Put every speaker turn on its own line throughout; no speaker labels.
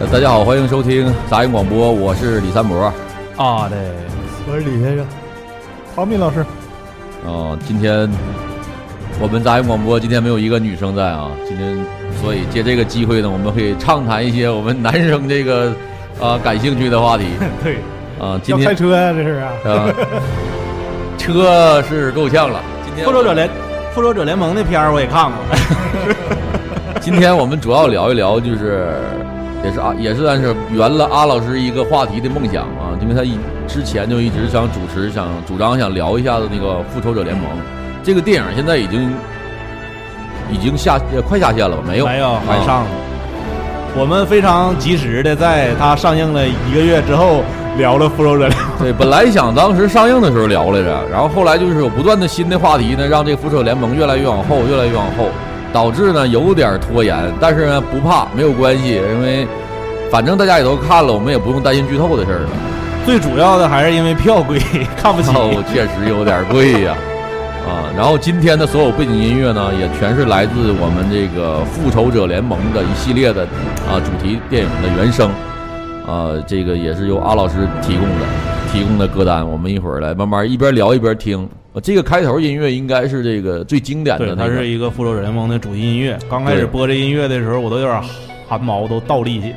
呃大家好，欢迎收听杂音广播，我是李三博。
啊，对，
我是李先生，陶敏 老师，
哦，今天我们杂音广播今天没有一个女生在啊，今天所以借这个机会呢，我们会畅谈一些我们男生这个啊、感兴趣的话题
对，
啊、今
要开
天
车呀、这是啊，
啊、车是够呛了。今天
复仇者联复仇者联盟那片儿我也看过，
哎今天我们主要聊一聊，就是也是啊，也是算是圆了阿老师一个话题的梦想啊，因为他一之前就一直想主持，想主张想聊一下子那个《复仇者联盟》这个电影，现在已经已经下呃快下线了吧？没有，
没有
啊
还上了。我们非常及时的在它上映了一个月之后聊了复仇者联盟，
对，本来想当时上映的时候聊来着，然后后来就是有不断的新的话题呢，让这个《复仇者联盟》越来越往后，越来越往后，导致呢有点拖延。但是呢不怕，没有关系，因为反正大家也都看了，我们也不用担心剧透的事儿了。
最主要的还是因为票贵，看不起。
哦，确实有点贵呀、啊。然后今天的所有背景音乐呢，也全是来自我们这个《复仇者联盟》的一系列的啊主题电影的原声，啊，这个也是由阿老师提供的提供的歌单，我们一会儿来慢慢一边聊一边听。呃这个开头音乐应该是这个最经典的
对，它
那
是
个，
一个复仇者联盟的主题音乐。刚开
对
始播这音乐的时候，我都有点汗毛都倒立起来，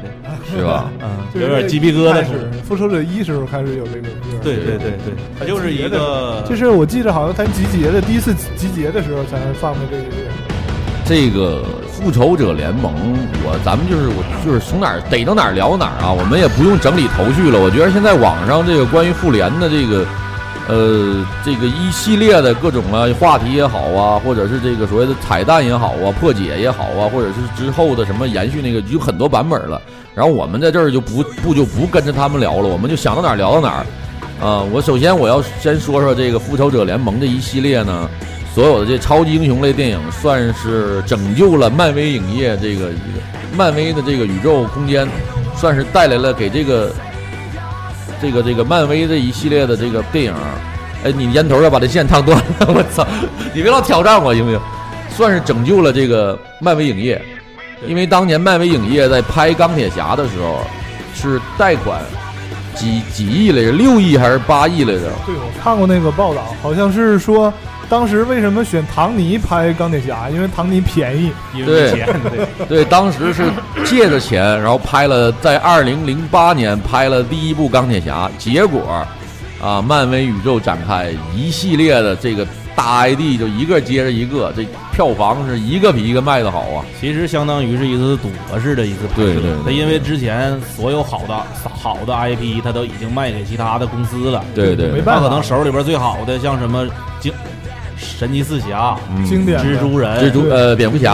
是吧？
嗯，
就是
有点鸡皮疙瘩
开
出来。
始复仇者一时候开始有这个歌，
对对对对，它就是一个，
就是我记着好像咱集结的第一次集结的时候才放的这个乐，
这个复仇者联盟，我咱们就是我就是从哪儿逮到哪儿聊哪儿啊，我们也不用整理头绪了。我觉得现在网上这个关于复联的这个，呃，这个一系列的各种啊话题也好啊，或者是这个所谓的彩蛋也好啊，破解也好啊，或者是之后的什么延续那个，有很多版本了。然后我们在这儿就不不就不跟着他们聊了，我们就想到哪儿聊到哪儿。啊、我首先我要先说说这个复仇者联盟这一系列呢，所有的这超级英雄类电影算是拯救了漫威影业这个一个漫威的这个宇宙空间，算是带来了给这个这个这个漫威这一系列的这个电影。哎，你烟头要把这线烫断了， 我操！你别老挑战我行不行？算是拯救了这个漫威影业，因为当年漫威影业在拍钢铁侠的时候是贷款几几亿来着，六亿还是八亿来着？
对我看过那个报道，好像是说当时为什么选唐尼拍钢铁侠，因为唐尼便宜，
因为没钱， 对，
对，当时是借着钱，然后拍了，在二零零八年拍了第一部钢铁侠，结果啊，漫威宇宙展开一系列的这个大 ID 就一个接着一个，这票房是一个比一个卖的好啊。
其实相当于是一次赌博式的一次拍摄。
对对对
它因为之前所有好的好的 IP，它都已经卖给其他的公司了。
对对
没
对
办
那可
法
能手里边最好的，像什么经神奇四侠、
嗯
经典的
蜘蛛人、
蜘蛛
对
呃蝙蝠侠，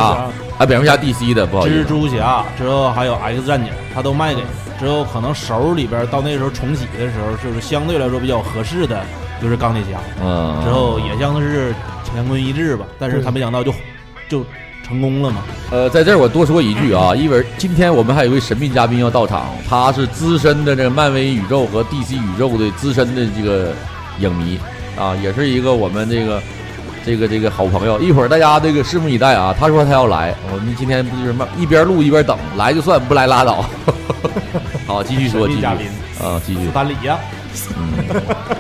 啊蝙蝠侠 DC 的不好意
蜘
思，
蛛侠之后还有 X 战警，它都卖给之后，可能手里边到那时候重启的时候，就是相对来说比较合适的就是钢铁侠，
嗯，
之后也像是乾坤一致吧。但是他没想到就就成功了嘛。
呃，在这儿我多说一句啊，因为今天我们还有一位神秘嘉宾要到场，他是资深的这个漫威宇宙和 DC 宇宙的资深的这个影迷啊，也是一个我们这个这个这个好朋友。一会儿大家这个拭目以待啊，他说他要来，我们今天不就是慢一边录一边等，来就算，不来拉倒。 好，继续说，继
神秘
续
嘉宾
啊，继续
斯。坦李呀、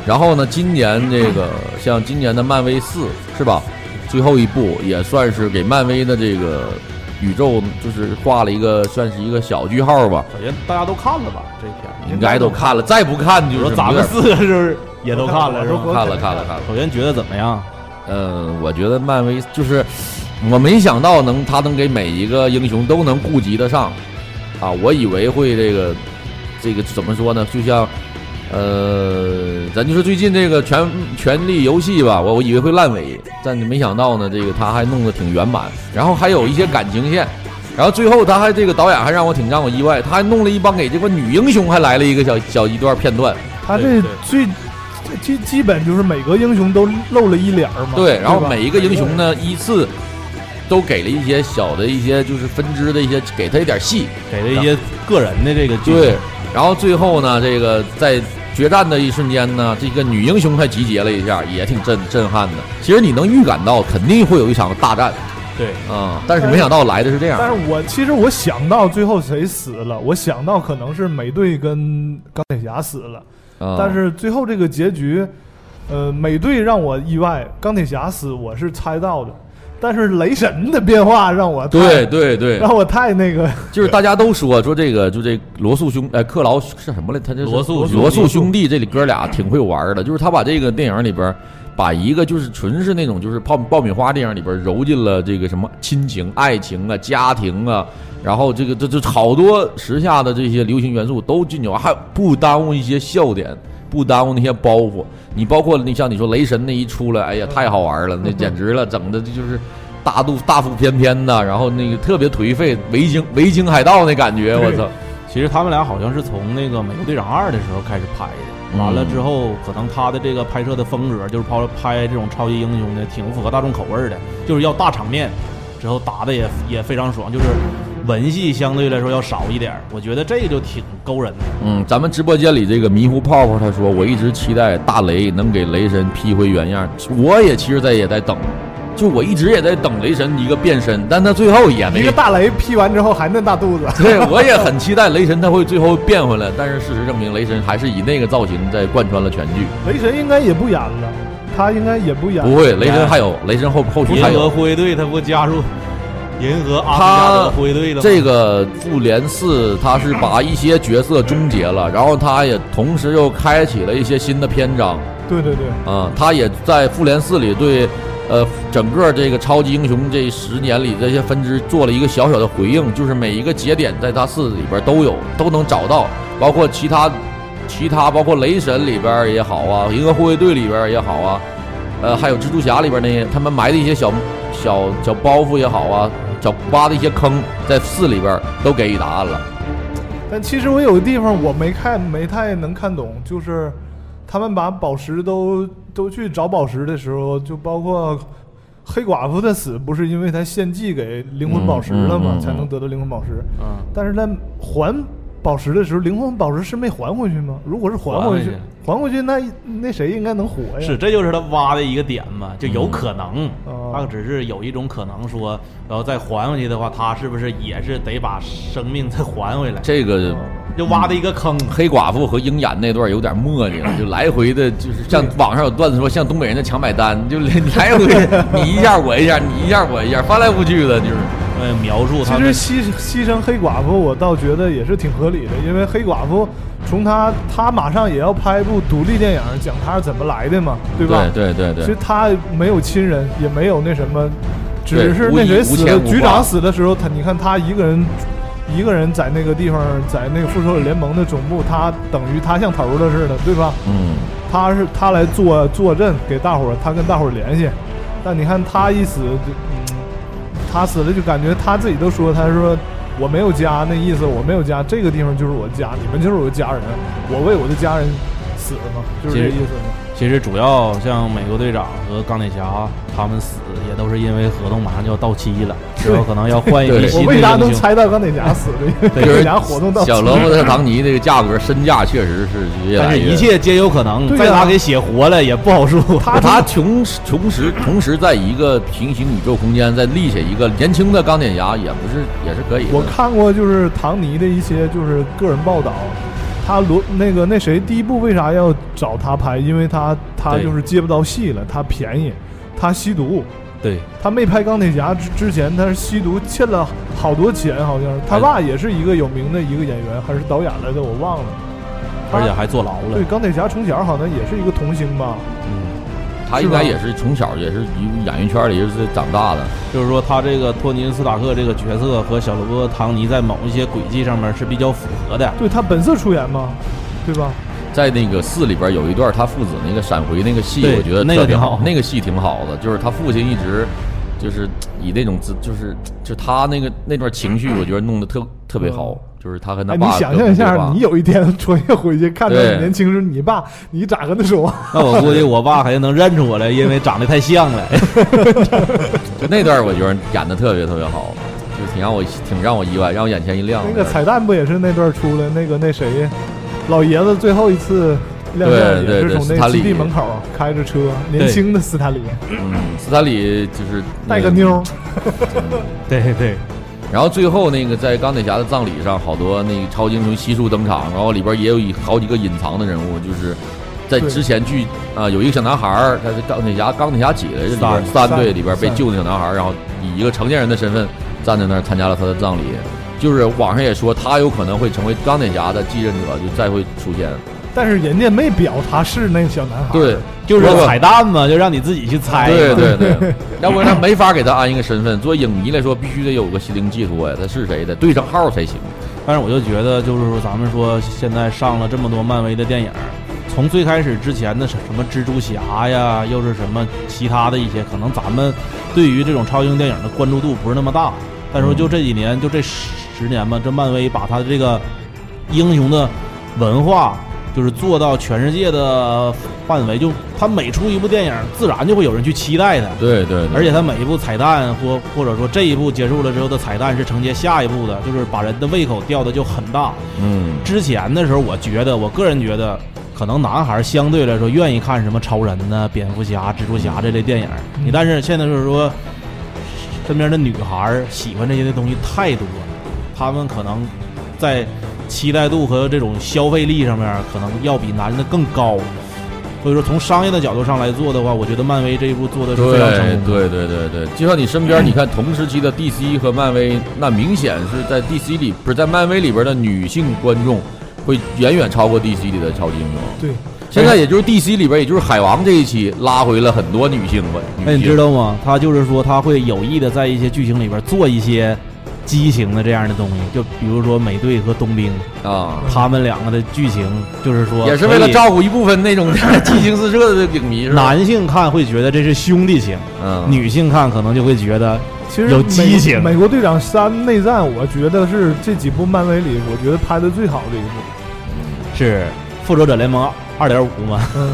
然后呢，今年这个像今年的漫威四是吧？最后一部也算是给漫威的这个宇宙就是画了一个算是一个小句号吧，
首先大家都看了吧这片儿？
应该都看了，再不看就
你
是
说咱们
有点
四个是不是也都看了是吧？
看了看了看了。
首先觉得怎么样？
嗯，我觉得漫威就是我没想到能他能给每一个英雄都能顾及得上啊，我以为会这个这个怎么说呢？就像呃，咱就说最近这个权权力游戏吧，我我以为会烂尾，但没想到呢，这个他还弄得挺圆满，然后还有一些感情线。然后最后，他还这个导演还让我挺让我意外，他还弄了一帮给这个女英雄还来了一个小小一段片段，
他
对
这
对
最基基本就是每个英雄都露了一脸儿嘛，
对，然后
吧
每一个英雄，呢依次都给了一些小的一些就是分支的一些，给他一点戏。
给了一些个人的这个剧
对，然后最后呢，这个在决战的一瞬间呢，这个女英雄还集结了一下，也挺震震撼的。其实你能预感到，肯定会有一场大战，
对，
啊，但是没想到来的是这样
但。是我其实我想到最后谁死了，我想到可能是美队跟钢铁侠死了，
啊
但是最后这个结局，呃，美队让我意外，钢铁侠死我是猜到的，但是雷神的变化让我太
对对对，
让我太那个，
就是大家都说说这个，就这罗素兄，呃，克劳是什么来？他这是
罗素兄弟
罗素兄弟，这里哥俩挺会玩的。就是他把这个电影里边，把一个就是纯是那种就是爆爆米花电影里边揉进了这个什么亲情、爱情啊、家庭啊，然后这个这这好多时下的这些流行元素都进去了，还有不耽误一些笑点。不耽误那些包袱，你包括你像你说雷神那一出来，哎呀，太好玩了，那简直了，整的就是大肚大腹翩翩的，然后那个特别颓废，维京维京海盗那感觉，我操！
其实他们俩好像是从那个《美国队长二》的时候开始拍的，完了之后，可能他的这个拍摄的风格就是拍拍这种超级英雄的，挺符合大众口味儿的，就是要大场面，之后打的也也非常爽，就是文戏相对来说要少一点儿，我觉得这个就挺勾人的。
嗯，咱们直播间里这个迷糊泡泡他说，我一直期待大雷能给雷神 P 回原样，我也其实在也在等，就我一直也在等雷神一个变身，但他最后也
一
没
个。大雷劈完之后还那大肚子，
对， 我也很期待雷神他会最后变回来，但是事实证明，雷神还是以那个造型在贯穿了全剧。
雷神应该也不演了，他应该也不演
不
了。
会，雷神还有雷神后后续
银
还有
河。护卫队他不加入银河阿斯加德护卫队了吗？
这个复联四，它是把一些角色终结了，然后它也同时又开启了一些新的篇章
对对对，
啊、它也在复联四里对，呃，整个这个超级英雄这十年里这些分支做了一个小小的回应，就是每一个节点在它四里边都有，都能找到，包括其他，其他包括雷神里边也好啊，银河护卫队里边也好啊，呃，还有蜘蛛侠里边那些他们埋的一些小小小包袱也好啊，小挖的一些坑，在四里边都给予答案了。
但其实我有个地方我没看，没太能看懂，就是他们把宝石都都去找宝石的时候，就包括黑寡妇的死，不是因为她献祭给灵魂宝石了吗？
嗯嗯嗯嗯
才能得到灵魂宝石。
嗯，
但是在还宝石的时候，灵魂宝石是没还回去吗？如果是还回去，还回去那那谁应该能哎活呀？嗯
是，这就是他挖的一个点嘛，就有可能，
哦
他只是有一种可能说，然后再还回去的话，他是不是也是得把生命再还回来？
这个
就挖的一个坑，
黑寡妇和鹰眼那段有点磨叽了，就来回的，就是像网上有段子说，像东北人的抢买单，就连来回你一下我一下，你一下我一下，翻来覆去的，就是
呃，描述他
其
们
实牺牺牲黑寡妇，我倒觉得也是挺合理的，因为黑寡妇从她她马上也要拍一部独立电影，讲她是怎么来的嘛， 对吧？
对对对
其实
对，
她没有亲人，也没有那什么，只是
无
那
依
谁
无
死
牵
了，
无
局
挂
长死的时候，她你看她一个人。一个人在那个地方，在那个复仇者联盟的总部，她等于她像头儿了似的，对吧？
嗯，
她是她来坐坐镇，给大伙儿，她跟大伙儿联系。但你看她一死，就嗯，她死了就感觉她自己都说，她说我没有家，那意思我没有家，这个地方就是我的家，你们就是我的家人，我为我的家人死嘛，就是
其
这
实
意思嘛。
其实主要像美国队长和钢铁侠他们死，也都是因为合同马上就要到期了，之后可能要 换一
对
批
对
我
新的
为啥
英
能
雄。
猜到钢铁侠死了？因为钢
就
铁
是
侠活动到
小罗伯特·唐尼这个价格身价确实是越
但
来
是，
越，
一切皆有可能。
对
再
啊
把给写活了也不好说。
他他同时同时同时在一个平行宇宙空间再立下一个年轻的钢铁侠，也不是也是可以的。
我看过就是唐尼的一些就是个人报道，他罗那个那谁第一部为啥要找他拍？因为他他
对
就是接不到戏了，他便宜，他吸毒，
对，
他没拍钢铁侠之之前他是吸毒欠了好多钱，好像是他爸也是一个有名的一个演员还是导演来的，我忘了。他
而且还坐牢了
对。钢铁侠从小好像也是一个童星吧，
嗯。
他应该也是从小也是一演艺圈里也是长大的，
就是说他这个托尼斯塔克这个角色和小罗伯特唐尼在某一些轨迹上面是比较符合的。
对他本色出演嘛，对吧？
在那个四里边有一段他父子那个闪回那个戏，
对
我觉得
那个
特别
挺好
那个戏挺好的，就是他父亲一直就是以那种自就是就他那个那段情绪，我觉得弄得特特别好，就是他跟他
哎，
爸
你
各种对话。
想象一下，你有一天穿越回去，看到你
对
年轻时候你爸，你咋跟他说话？
那我估计我爸还能认出我来，因为长得太像了。
就那段我觉得演的特别特别好，就挺让我挺让我意外，让我眼前一亮。
那个彩蛋不也是那段出的？那个那谁，老爷子最后一次亮相也
对
是
对
从
斯
那
坦
基
利
地门口开着车，年
对
轻的斯坦李
嗯，斯坦李就是
带个妞儿，
对对，
然后最后那个在钢铁侠的葬礼上，好多那个超级英雄悉数登场，然后里边也有一好几个隐藏的人物，就是在
对
之前剧啊、有一个小男孩儿，他是钢铁侠钢铁侠几来着？里边
三
三对里边被
三
救的小男孩儿，然后以一个成年人的身份站在那儿参加了他的葬礼。就是网上也说他有可能会成为钢铁侠的继任者，就再会出现。
但是人家没表他是那小男孩，
对，，
就是
如果
彩蛋嘛，就让你自己去猜 嘛。
对对对，要不然他没法给他安一个身份。作为影迷来说，必须得有个心灵寄托呀，他是谁得对上号才行。
但是我就觉得，就是说咱们说现在上了这么多漫威的电影，从最开始之前的什什么蜘蛛侠呀，又是什么其他的一些，可能咱们对于这种超英电影的关注度不是那么大。但是说就这几年，就这十十年吧，这漫威把它的这个英雄的文化，就是做到全世界的范围，就它每出一部电影，自然就会有人去期待它。
对对对，
而且它每一部彩蛋或或者说这一部结束了之后的彩蛋是承接下一部的，就是把人的胃口吊的就很大。
嗯。
之前的时候，我觉得我个人觉得，可能男孩相对来说愿意看什么超人呐、蝙蝠侠、蜘蛛侠这类电影儿。
嗯
你但是现在就是说，身边的女孩儿喜欢这些的东西太多了，她们可能在期待度和这种消费力上面儿，可能要比男人的更高。所以说，从商业的角度上来做的话，我觉得漫威这一步做的是非常成功
对
的。
对对对，就像你身边，你看同时期的 DC 和漫威，那明显是在 DC 里不是在漫威里边的女性观众会远远超过 DC 里的超级英雄。
对，
现在也就是 DC 里边，也就是海王这一期拉回了很多女性吧。
哎，你
女性
知道吗？他就是说他会有意的在一些剧情里边做一些畸形的这样的东西，就比如说美队和冬兵
嗯
啊，
他们两个的剧情，就是说
也是为了
可以
照顾一部分那种 激情四射 的影迷，是吧？
男性看会觉得这是兄弟情，
嗯，
女性看可能就会觉得
其实
有
美
激
国
情
美国队长三内战，我觉得是这几部漫威里，我觉得拍的最好的一部。
是复仇者联盟二点五嘛，
嗯，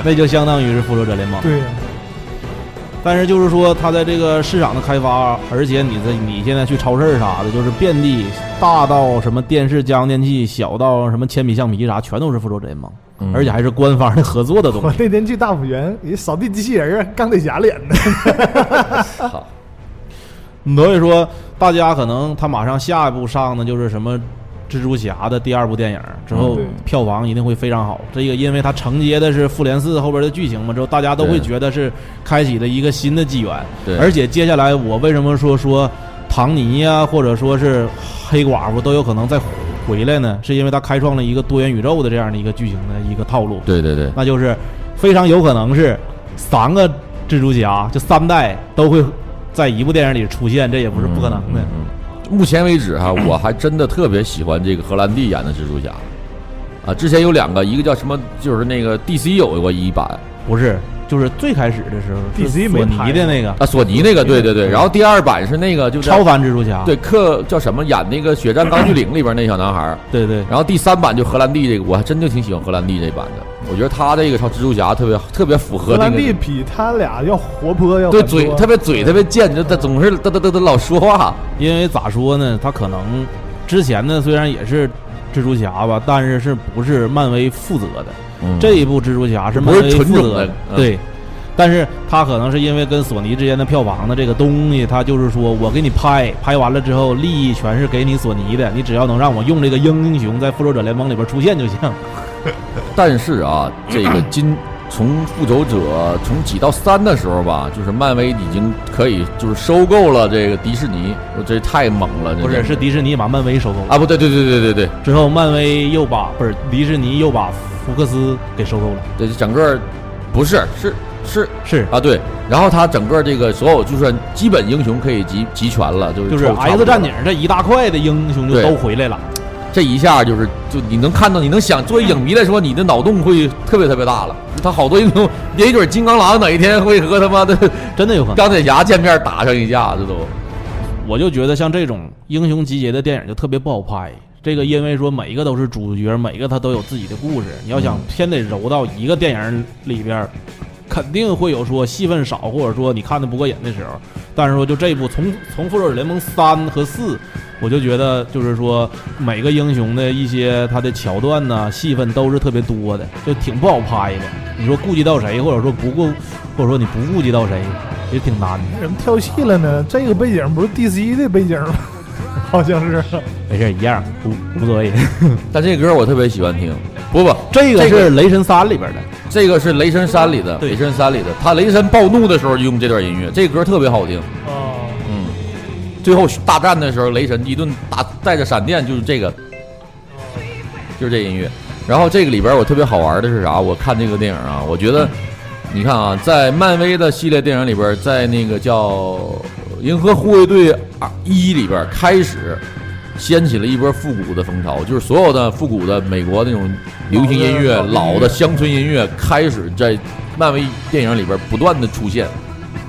那就相当于是复仇者联盟。
对呀，
哦
但是就是说，它在这个市场的开发，而且你在你现在去超市啥的，就是遍地，大到什么电视、家用电器，小到什么铅笔、橡皮啥，全都是复仇者联盟，
嗯
而且还是官方的合作的东
我
西。
那天去大复原，一扫地机器人儿啊，钢铁侠脸的。
操
所以说，大家可能他马上下一步上的就是什么蜘蛛侠的第二部电影之
嗯
后
对，
票房一定会非常好。这个因为它承接的是复联四后边的剧情嘛，之后大家都会
对
觉得是开启了一个新的纪元。
对
而且接下来我为什么说说唐尼呀、或者说是黑寡妇都有可能再回来呢？是因为它开创了一个多元宇宙的这样的一个剧情的一个套路。
对对对，
那就是非常有可能是三个蜘蛛侠，就三代都会在一部电影里出现，这也不是不可能的。
嗯目前为止哈，我还真的特别喜欢这个荷兰弟演的蜘蛛侠，啊，之前有两个，一个叫什么，就是那个 DC 有过一版
不是，就是最开始的时候是
DC
索
没拍
尼的那个
啊，索尼那个，对对
嗯
对，然后第二版是那个就在
超凡蜘蛛侠，
对克叫什么演那个《血战钢锯岭》里边那小男孩儿，
对对
然后第三版就荷兰弟这个，我还真就挺喜欢荷兰弟这版的，我觉得他这个超蜘蛛侠特别特别符合
荷
那
兰弟
个。
比他俩要活泼，要
对
很多嗯
嘴特别嘴特别贱，就他总是嘚嘚嘚嘚老说话，
因为咋说呢，他可能之前呢虽然也是蜘蛛侠吧，但是是不是漫威负责的？
嗯
这一部蜘蛛侠是
不
漫
是
威
纯
负
种
责
的嗯
对。但是他可能是因为跟索尼之间的票房的这个东西，他就是说我给你拍，拍完了之后利益全是给你索尼的，你只要能让我用这个英雄在复仇者联盟里边出现就行。
但是啊，这个今从复仇者从几到三的时候吧，就是漫威已经可以就是收购了这个迪士尼，我这太猛了，这
不是，
简直
是迪士尼把漫威收购了
啊，不对对对对对对
之后，漫威又把不是迪士尼又把福克斯给收购了，
对，整个不是是是
是
啊对，然后他整个这个所有就是基本英雄可以集集全了，就是
就是
凑差不
X
多
战
了
警这一大块的英雄就
对
都回来了。
这一下就是就你能看到，你能想作为影迷来说，你的脑洞会特别特别大了。他好多英雄，也准金刚狼哪一天会和他妈的
真的有可能。
钢铁侠见面打上一架，这都。
我就觉得像这种英雄集结的电影就特别不好拍。这个因为说每一个都是主角，每一个他都有自己的故事。你要想先得揉到一个电影里边儿，肯定会有说戏份少，或者说你看的不过瘾的时候。但是说就这一部从从复仇者联盟三和四，我就觉得就是说每个英雄的一些他的桥段呐、戏份都是特别多的，就挺不好拍的。你说顾及到谁，或者说不顾，或者说你不顾及到谁，也挺难的。
怎么跳戏了呢？这个背景不是 DC 的背景吗？ 好像是，
没事，一样无无所谓。
但这歌我特别喜欢听。不不，
这
个
个
是
是《雷神三》里边的，
这个是《雷神三》里的，《
对
雷神三》里的，他雷神暴怒的时候用这段音乐，这歌特别好听。
啊，
嗯，最后大战的时候，雷神一顿打，带着闪电，就是这个，就是这音乐。然后这个里边我特别好玩的是啥？我看这个电影啊，我觉得，你看啊，在漫威的系列电影里边，在那个叫《银河护卫队二一》里边开始。掀起了一波复古的风潮，就是所有的复古的美国那种流行音乐、
老的
老的乡村音乐开始在漫威电影里边不断的出现，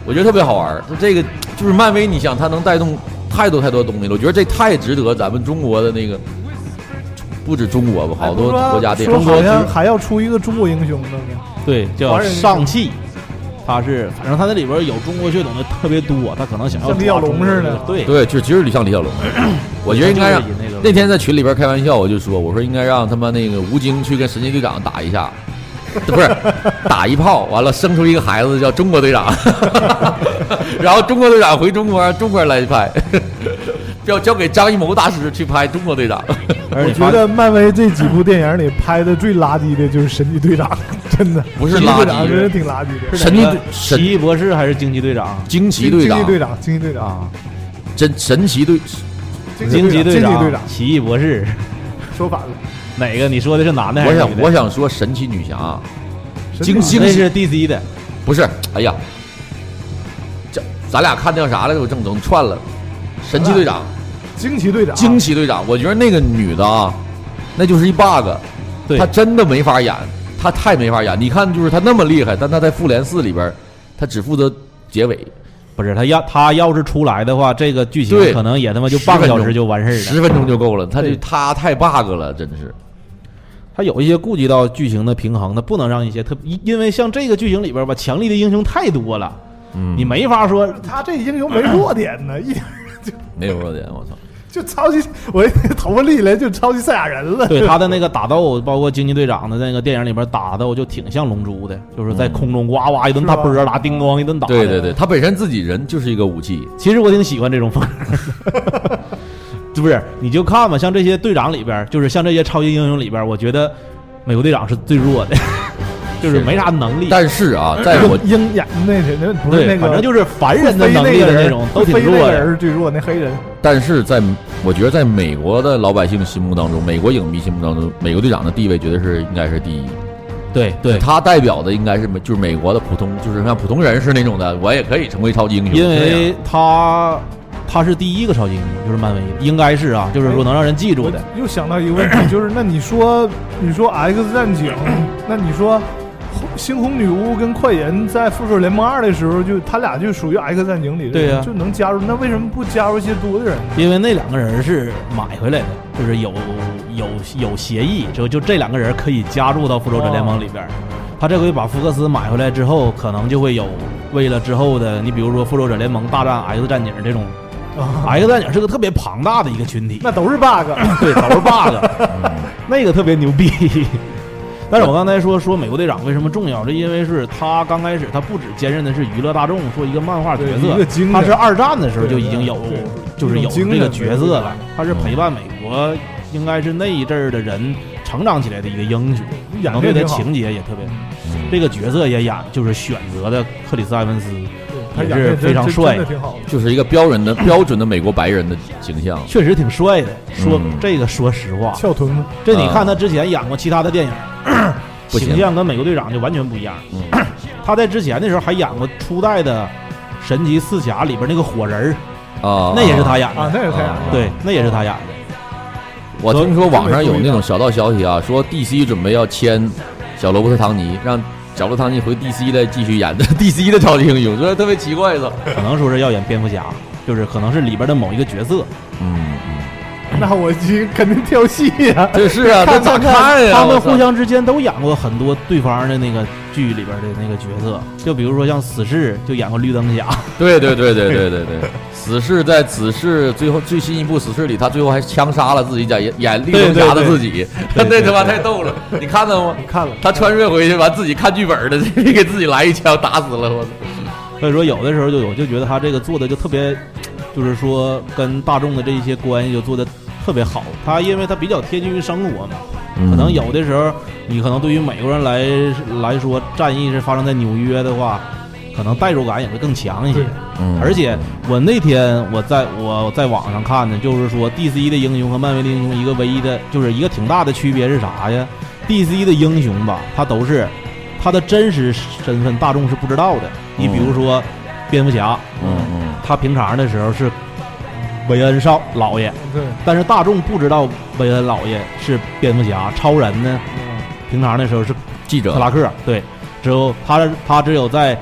我觉得特别好玩儿。这个就是漫威，你想它能带动太多太多东西了，我觉得这太值得咱们中国的那个，不止中国吧，好多国家电
说
影，
好像还要出一个中国英雄呢，
对，叫
华人
上汽。他是，反正他那里边有中国血统的特别多，他可能想要
像李小
抓
龙
中国
似的
人对，
对，就其实像李 小龙，我觉得应该让
就是以那个
那天在群里边开玩笑，我就说，我说应该让他妈那个吴京去跟神奇队长打一下，不是打一炮，完了生出一个孩子叫中国队长， 然后中国队长回中国，中国人来拍，交交给张艺谋大师去拍中国队长。
而
我
且
觉
他
得漫威这几部电影里拍的最垃圾的就是神奇队长，真的
不是
神奇队
垃圾
长，真是挺垃圾的。
神奇队神
奇异博士还是惊奇队长
惊奇队
惊
长
奇，队长，惊奇队长，
啊？
真神奇队，
惊奇
队
长、
惊奇队长，
奇异博士，
说反了，
哪个？你说的是男的还
我
是
想
女
我
的？
想说神奇女侠，
神
惊
奇
奇
那是 DC 的，
不是，哎呀，这咱俩看叫啥来着？我整整串了，神奇队长。
惊奇
啊
队长，
惊奇队长，我觉得那个女的啊，那就是一 bug，
对
她真的没法演，她太没法演。你看，就是她那么厉害，但她在复联四里边，她只负责结尾，
不是他要他要是出来的话，这个剧情
对
可能也他妈就半个小时就完事儿了。
十分钟就够了。她就
对
她太 bug 了，真是。
他有一些顾及到剧情的平衡，他不能让一些特，因因为像这个剧情里边吧，强力的英雄太多了，
嗯
你没法说
他这英雄没弱点呢，一点儿就
没有弱点，我操！
就超级，我一头发立起来就超级赛亚人 了。
对他的那个打斗，包括惊奇队长的那个电影里边打斗，就挺像龙珠的，就是在空中呱呱一顿大波儿打，叮咣一顿打。
对对对，，她本身自己人就是一个武器，
其实我挺喜欢这种风格。是不是？你 就看吧，像这些队长里边，就是像这些超级英雄里边，我觉得美国队长是最弱的， 就是没啥能力。
但是 啊，在我
鹰眼那谁，那不是
对，
那个，
反正就是凡
会
人的
飞
能
那
力
个
的
人
那种都挺
会飞那
弱
个人
的。
是最弱，那黑人
但是在我觉得在美国的老百姓心目当中，美国影迷心目当中，美国队长的地位绝对是应该是第一。
对对，
他代表的应该是美，就是美国的普通，就是像普通人是那种的，我也可以成为超级英雄。
因
这样
为他他是第一个超级英雄，就是漫威应该是啊，就是说能让人记住
我
的。
又想到一个问题，就是那你说，你说 X 战警，那你说猩红女巫跟快银在复仇者联盟二的时候，就他俩就属于 X 战警里的
对
人，
呀
就能加入，那为什么不加入一些多的人？
因为那两个人是买回来的，就是有有有协议，就就这两个人可以加入到复仇者联盟里边儿。他这回把福克斯买回来之后，可能就会有为了之后的，你比如说复仇者联盟大战 X 战警这种
啊，
，X 战警是个特别庞大的一个群体，
那都是 bug。
对，都是 bug，那个特别牛逼。 但是我刚才说说美国队长为什么重要，是因为是他刚开始他不只兼任的是娱乐大众，说一个漫画角
对
色
一个精，神
他是二战的时候就已经有
对对，
就是有这个角色了，他是
嗯
陪伴美国，应该是那一阵儿的人成长起来的一个英雄，
演
然后
得
嗯对他
挺好
情节也特别，
嗯
这个角色也演就是选择的克里斯埃文斯，
他
也
演
是
得真
非常
真
帅
真的挺好的。
就是一个标准的标准的美国白人的形象。
确实挺帅的。说
嗯
这个说实话，
翘臀子，
这你看他之前演过其他的电影，
不行
形象跟美国队长就完全不一样。
嗯
他在之前的时候还演过初代的《神奇四侠》里边那个火人儿，
啊，
那也是他演
啊
的，，
那是他演的。
对，那也是他演的。
我听说网上有那种小道消息啊，说 DC 准备要签小罗伯特·唐尼，让小罗伯特·唐尼回 DC 来继续演 DC 的 超级英雄，这特别奇怪的。
可能说是要演蝙蝠侠，就是可能是里边的某一个角色。
嗯，
那我去肯定跳戏呀、
这是啊，这
看
咋
看看
呀？
他
我
们
操
互相之间都演过很多对方的那个剧里边的那个角色，就比如说像死侍就演过绿灯侠，
对对对对 对对对，死侍在死侍最后最新一部死侍里，他最后还枪杀了自己演演绿灯侠的自 己，
对对对
那他妈太逗了！你看到吗？
你看了，
他穿越回去，完自己看剧本的， 给自己来一枪打死了，我操！
所以说有的时候就有就觉得他这个做的就特别，就是说跟大众的这一些关系就做的特别好。他因为他比较贴近于生活嘛，可
嗯
能有的时候你可能对于美国人来来说，战役是发生在纽约的话，可能代入感也会更强一些
对。
嗯，
而且我那天我在我在网上看的，就是说 DC 的英雄和漫威的英雄一个唯一的，就是一个挺大的区别是啥呀？DC 的英雄吧，他都是他的真实身份大众是不知道的。你比如说蝙蝠侠，
嗯嗯
他平常的时候是韦恩少老爷，
对，
但是大众不知道韦恩老爷是蝙蝠侠，超人呢平常的时候是
记者
克拉克，对，之后他他只有在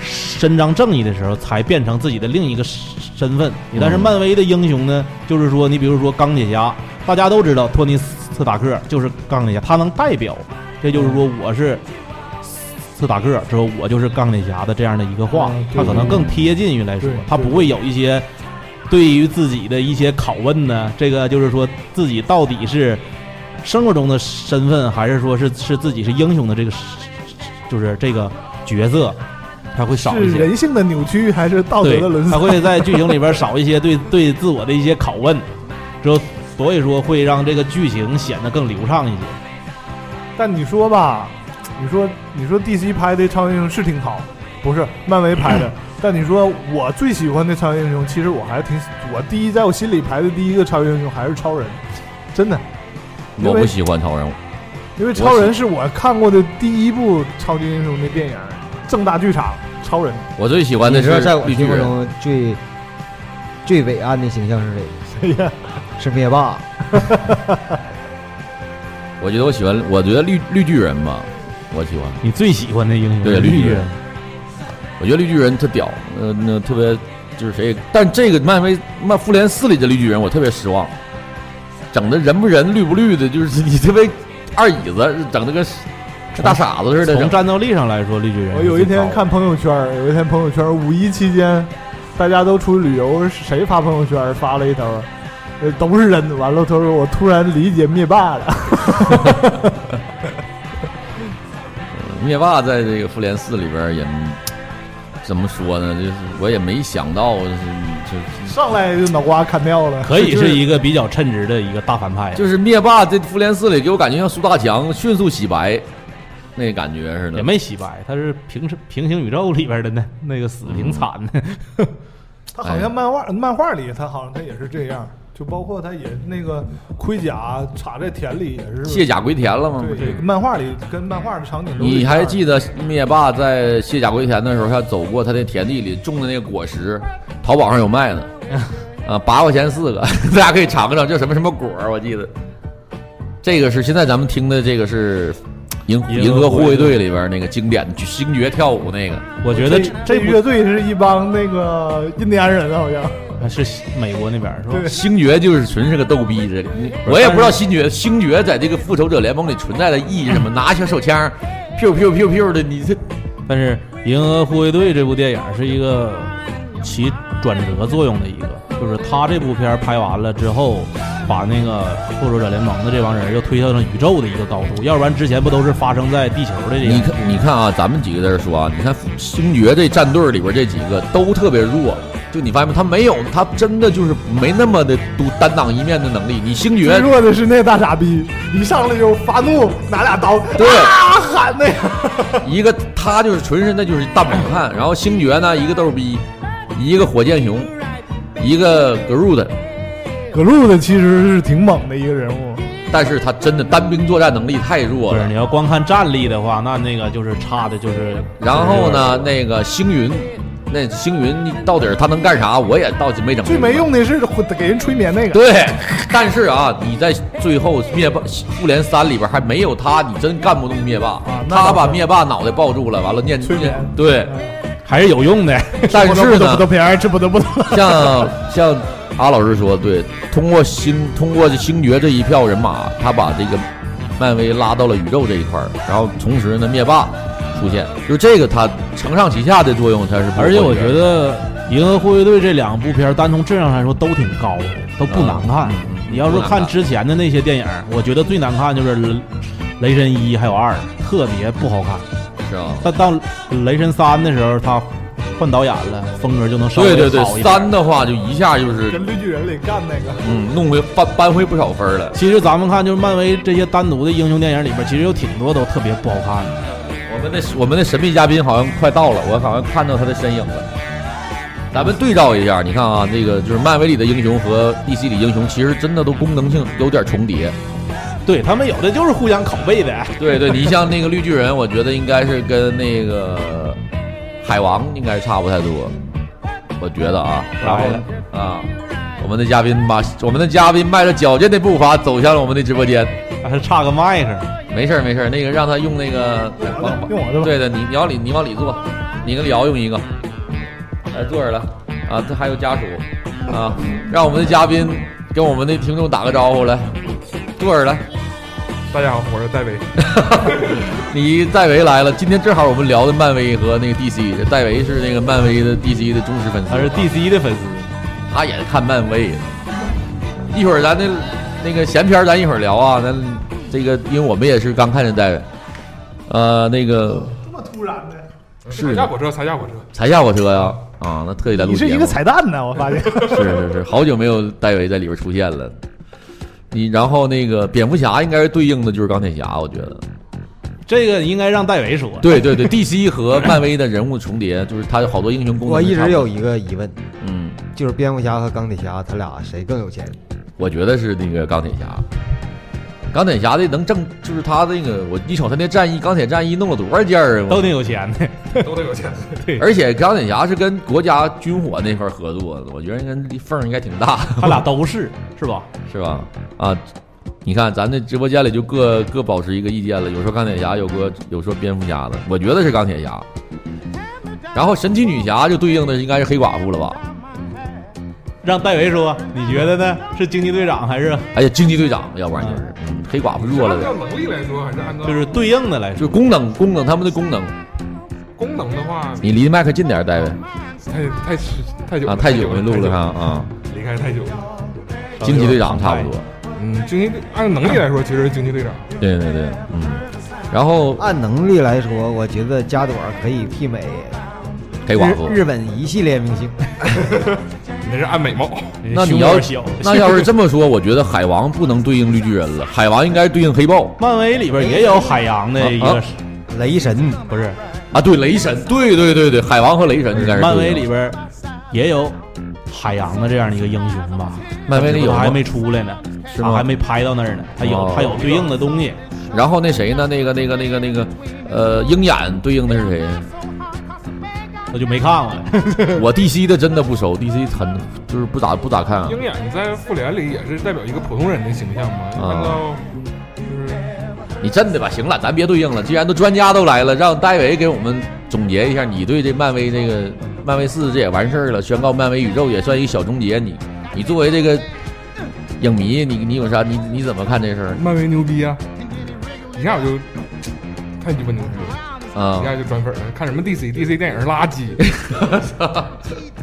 伸张正义的时候，才变成自己的另一个身份。但是
嗯
漫威的英雄呢，就是说，你比如说钢铁侠，大家都知道托尼斯塔克就是钢铁侠，他能代表，这就是说
嗯
我是斯塔克，之后我就是钢铁侠的这样的一个话
嗯，
他可能
对
更贴近于来说
对，
他不会有一些。对于自己的一些拷问呢，这个就是说自己到底是生活中的身份，还是说是是自己是英雄的这个，就是这个角色，他会少一
是
些。
人性的扭曲还是道德
对
的沦，
他
丧？
会在剧情里边少一些对 对自我的一些拷问，之后所以说会让这个剧情显得更流畅一些。
但你说吧，你说你说 DC 拍的超级英雄是挺好，不是漫威拍的。但你说我最喜欢的超级英雄，其实我还是挺我第一在我心里排的第一个超级英雄还是超人，真的，
我不喜欢超人，
因为超人是我看过的第一部超级英雄的电影，正大剧场超人，
我最喜欢的
你知道
是
在我
绿
心
巨
目
人，
中最最伟岸的形象是谁？
谁呀？
是灭霸。
我觉得我喜欢，我觉得绿绿巨人吧，我喜欢。
你最喜欢的英雄
对
是
绿巨
巨
人，我觉得绿巨人特屌，呃，那特别就是谁，但这个漫威漫复联四里的绿巨人我特别失望，整的人不人绿不绿的，就是 你特别二椅子，整的跟跟大傻子似的。
从
整
战斗力上来说，绿巨人
我
是
有一
最高
天
的
看朋友圈儿，有一天朋友圈儿五一期间，大家都出去旅游，谁发朋友圈儿发了一条，呃，都是人。完了，他说我突然理解灭霸了。
灭霸在这个复联四里边也怎么说呢，就是我也没想到，就是就
上来就脑瓜砍掉了，
可以
就是
一个比较称职的一个大反派。啊
就是灭霸在复联四里给我感觉像苏大强迅速洗白那感觉似
也
的。
没洗白，他是平平行宇宙里边的那那个死挺惨的，
他好像漫画漫画里，他好像他也是这样，就包括他也那个盔甲插在田里也是
卸甲归田了吗？
对，漫画里跟漫画的场景都是一
你
样的
还记得灭霸在卸甲归田的时候，他走过他的田地里种的那个果实，淘宝上有卖 的，啊，八块钱四个， 大家可以尝尝，叫什么什么果儿，我记得。这个是现在咱们听的，这个是银
银
银
河
河护
护卫
卫队
队
里边那个经典的星爵跳舞那个，
我觉得
这
这
这
部
乐队是一帮那个印第安人啊好像，
还是美国那边儿是吧？
对
星爵就是纯是个逗逼，这里我也嗯不知道星爵星爵在这个复仇者联盟里存在的意义是什 么，拿小手枪，biu biu biu biu 的，你这
但是《银河护卫队》这部电影是一个起转折作用的一个，就是他这部片儿拍完了之后，把那个复仇者联盟的这帮人又推向了宇宙的一个高度，要不然之前不都是发生在地球的这
你
些？
看，你看啊，咱们几个在这说啊，你看星爵这战队里边这几个都特别弱，就你发现没？他没有，他真的就是没那么的独担当一面的能力。你星
最
爵，
弱的是那大傻逼，一上来就发怒，拿俩刀
对
啊喊那 个，
一个他就是纯身的就是大猛汉，然后星爵呢，一个逗逼，一个火箭熊，一个 Groot，
葛路的其实是挺猛的一个人物，
但是他真的单兵作战能力太弱
不是，
了
你。要光看战力的话，那那个就是差的就是。
然后呢，那个星云，那星云你到底他能干啥？我也到底没整明
最
白。
没用的是给人催眠那个，
对， 但是啊，你在最后灭霸复联三里边还没有他，你真干不动灭霸。
啊那倒
他
是
把灭霸脑袋抱住了，完了念
催眠
念对，
嗯还是有用的。
但是
不得不得
呢，
不得，这不得不得。
像像阿老师说，对，通过星通过这星爵这一票人马，他把这个漫威拉到了宇宙这一块儿，然后同时呢，灭霸出现，就是这个它承上启下的作用，它是不
而且我
会
觉得《银河护卫队》这两部片儿单从质量上来说都挺高的，都不难
嗯
看。
嗯嗯
你要是
不难
看
看
之前的那些电影儿，我觉得最难看就是雷《雷神一》还有二，特别不好看。
是啊，
但到《雷神三》的时候，他换导演了，风格就能稍
对
微
对对
好一，点
三的话就一下就是
跟绿巨人里干那个，
嗯弄回扳扳回不少分儿来。
其实咱们看，就是漫威这些单独的英雄电影里边，其实有挺多都特别不好看的。
我们的我们的神秘嘉宾好像快到了，我好像看到他的身影了。咱们对照一下，你看啊，那个就是漫威里的英雄和 DC 里英雄，其实真的都功能性有点重叠。
对他们有的就是互相拷贝呗。
对对，你像那个绿巨人，我觉得应该是跟那个海王应该是差不太多，我觉得啊。然后呢啊，我们的嘉宾把我们的嘉宾迈着矫健的步伐走向了我们的直播间。
还是差个麦克，
没事儿没事儿，那个让他用那个
我的用我的吧
对的，你你往里你往里坐，你跟李敖用一个，来坐着来啊，这还有家属啊，让我们的嘉宾跟我们的听众打个招呼来，坐着来。
大家好，我是戴维。
你戴维来了，今天正好我们聊的漫威和那个 DC，戴维是那个漫威的 DC 的忠实粉丝，
他是 DC 的粉丝。
他也看漫威。一会儿咱那那个闲篇儿咱一会儿聊啊，咱这个因为我们也是刚看见戴维，呃，那个
这么突然的，
是
踩下火车，踩下火车。
才下火车呀、啊，那特意来录
你是
节
一
目
个，彩蛋呢，我发现。
是是是，好久没有戴维在里边出现了。你然后那个蝙蝠侠应该是对应的就是钢铁侠，我觉得。
这个应该让戴维说。
对对对，DC 和漫威的人物重叠，就是他有好多英雄功能。
我一直有，一个疑问，
嗯，
就是蝙蝠侠和钢铁侠他俩谁更有钱？
我觉得是那个钢铁侠。钢铁侠的能挣，就是他那个，我一瞅他那战衣，钢铁战衣弄了多少件儿啊！
都
我
挺有钱的，
都得有钱。
而且钢铁侠是跟国家军火那块儿合作的，我觉得应该缝儿应该挺大，
他俩都是，是吧？
是吧？啊，你看咱这直播间里就各各保持一个意见了，有说钢铁侠，有个有说蝙蝠侠的，我觉得是钢铁侠。然后神奇女侠就对应的应该是黑寡妇了吧？
让戴维说，你觉得呢？是惊奇队长还是
哎呀，惊奇队长，要不然就是、嗯黑寡妇弱了
按照
点，
能力来说，还是按照
就是对应的来
就
说？
功能功能他们的功能，
功能的话，
你离麦克近点儿，戴维
太太太久
啊，
了，
太久
久
没录了哈，啊。
嗯
离开太久了。
惊奇队长差不多，
嗯，惊奇队按能力来说，其实是惊奇队长。
对对对，嗯。然后
按能力来说，我觉得加朵尔可以媲美
黑寡妇
日，日本一系列明星。
你那是按美貌，
那你
胸
要
有点小，
那要是这么说，我觉得海王不能对应绿巨人了，海王应该对应黑豹。
漫威里边也有海洋的一
啊
个
啊，
雷神
不是
啊，对，雷神，对对对对，海王和雷神应该是
漫
对
威
应
里边也有海洋的这样的一个英雄吧？
漫威里有
他
吗
还没出来呢，
是
他
吗
还没拍到那儿呢，他有
哦
他有对应的东西。
然后那谁呢？那个那个那个那个，呃，鹰眼对应的是谁？
我就没看过了。
我 DC 的真的不熟，DC 很就是不咋不咋看啊。
鹰眼在复联里也是代表一个普通人的形象嘛。
啊
按照就是
你真的吧？行了，咱别对应了。既然都专家都来了，让戴维给我们总结一下你对这漫威这个漫威四这也完事儿了，宣告漫威宇宙也算一小终结。你你作为这个影迷，你你有啥？你你怎么看这事儿
漫威牛逼啊，一下我就太鸡巴牛逼了，
啊
一、下就转粉了。看什么 DC，DC 电影是 垃圾。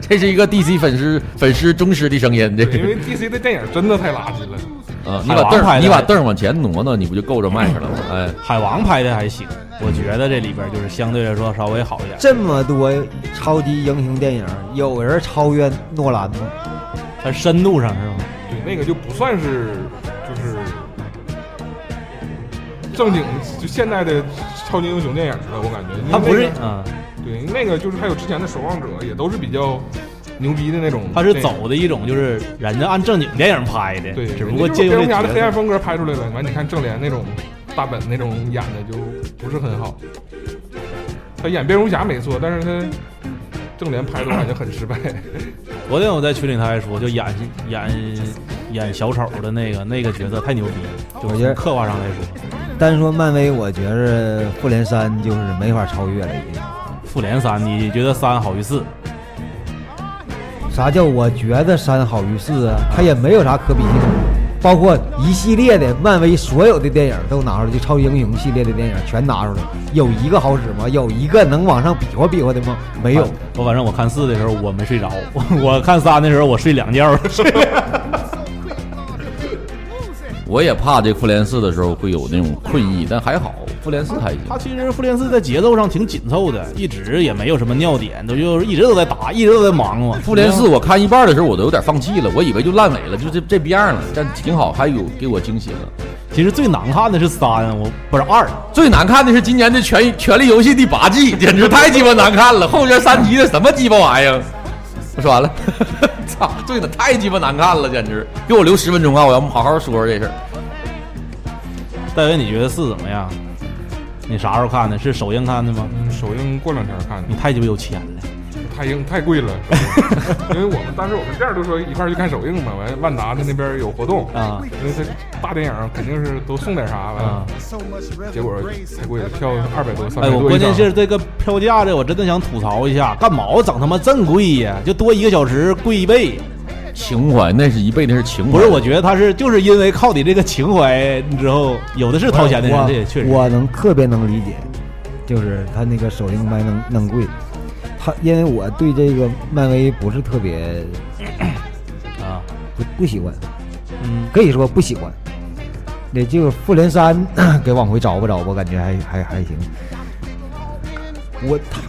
这是一个 DC 粉丝粉丝忠实的声音，这
对，
个
因为 DC 的电影真的太垃圾了。
啊，你
海
把
王
凳
拍
儿
的
你把凳儿往前挪挪，你不就够着麦克了吗？哎，
海王拍的还行，我觉得这里边就是相对来说稍微好一点。
这么多超级英雄电影，有人超越诺兰吗？
它深度上是吧？
对，那个就不算是就是正经就现代的超级英雄电影了，我感觉。因为
它不是
那，个
嗯，
对，那个就是还有之前的《守望者》也都是比较牛逼的那种电影。
它是走的一种就是人家按正经电影拍的，
对，
只不过
人家
借
就
用
蝙蝠侠
这
的黑
角
暗
色。
风格拍出来了，完你看正联那种大本那种演的就不是很好。他演蝙蝠侠没错，但是他正联拍的我感觉很失败。
昨天我在群里他还说，就演演演小丑的那个那个角色太牛逼了，就
我觉
是
得
刻画上来说，
单说漫威，我觉着复联三就是没法超越了，已经。
复联三你觉得三好于四？
啥叫我觉得三好于四啊？它也没有啥可比性。包括一系列的漫威所有的电影都拿出来，就超级英雄系列的电影全拿出来，有一个好使吗？有一个能往上比划比划的吗？没有。
我反正我看四的时候我没睡着， 我看三的时候我睡两觉了。
我也怕这复联四的时候会有那种困意，但还好复联四还行。
他其实复联四在节奏上挺紧凑的，一直也没有什么尿点，都就是一直都在打，一直都在忙活。
复联四我看一半的时候，我都有点放弃了，我以为就烂尾了，就这这逼样了，但挺好，还有给我惊喜了。
其实最难看的是三，我不是二，
最难看的是今年的权《权力游戏》第八季，简直太鸡巴难看了。后边三集的什么鸡巴玩意儿？我说完了， 操，对的，太鸡巴难看了，简直！给我留十分钟啊，我要好好说说这事儿。
戴维，你觉得四怎么样？你啥时候看的？是首映看的吗？
嗯首映过两天看
你
的，
太鸡巴有钱了，
太硬太贵了， 因为我们当时我们店儿都说一块儿去看首映嘛，完万达他那边有活动
啊
因为他大电影肯定是都送点啥，完了、结果太贵了，票二百多三
哎，
百
我
多一
关
张
键，是这个票价这，我真的想吐槽一下，干嘛整他妈真贵呀？就多一个小时贵一倍。
情怀，那是一辈那是情怀。
不是，我觉得他是就是因为靠你这个情怀之后，有的是掏钱的人，
我
这也确实。
我能特别能理解，就是他那个首映麦能能贵，他因为我对这个漫威不是特别
啊，
不不喜欢，
嗯，
可以说不喜欢。那就复联三 给往回找吧找吧，感觉还还还行。我他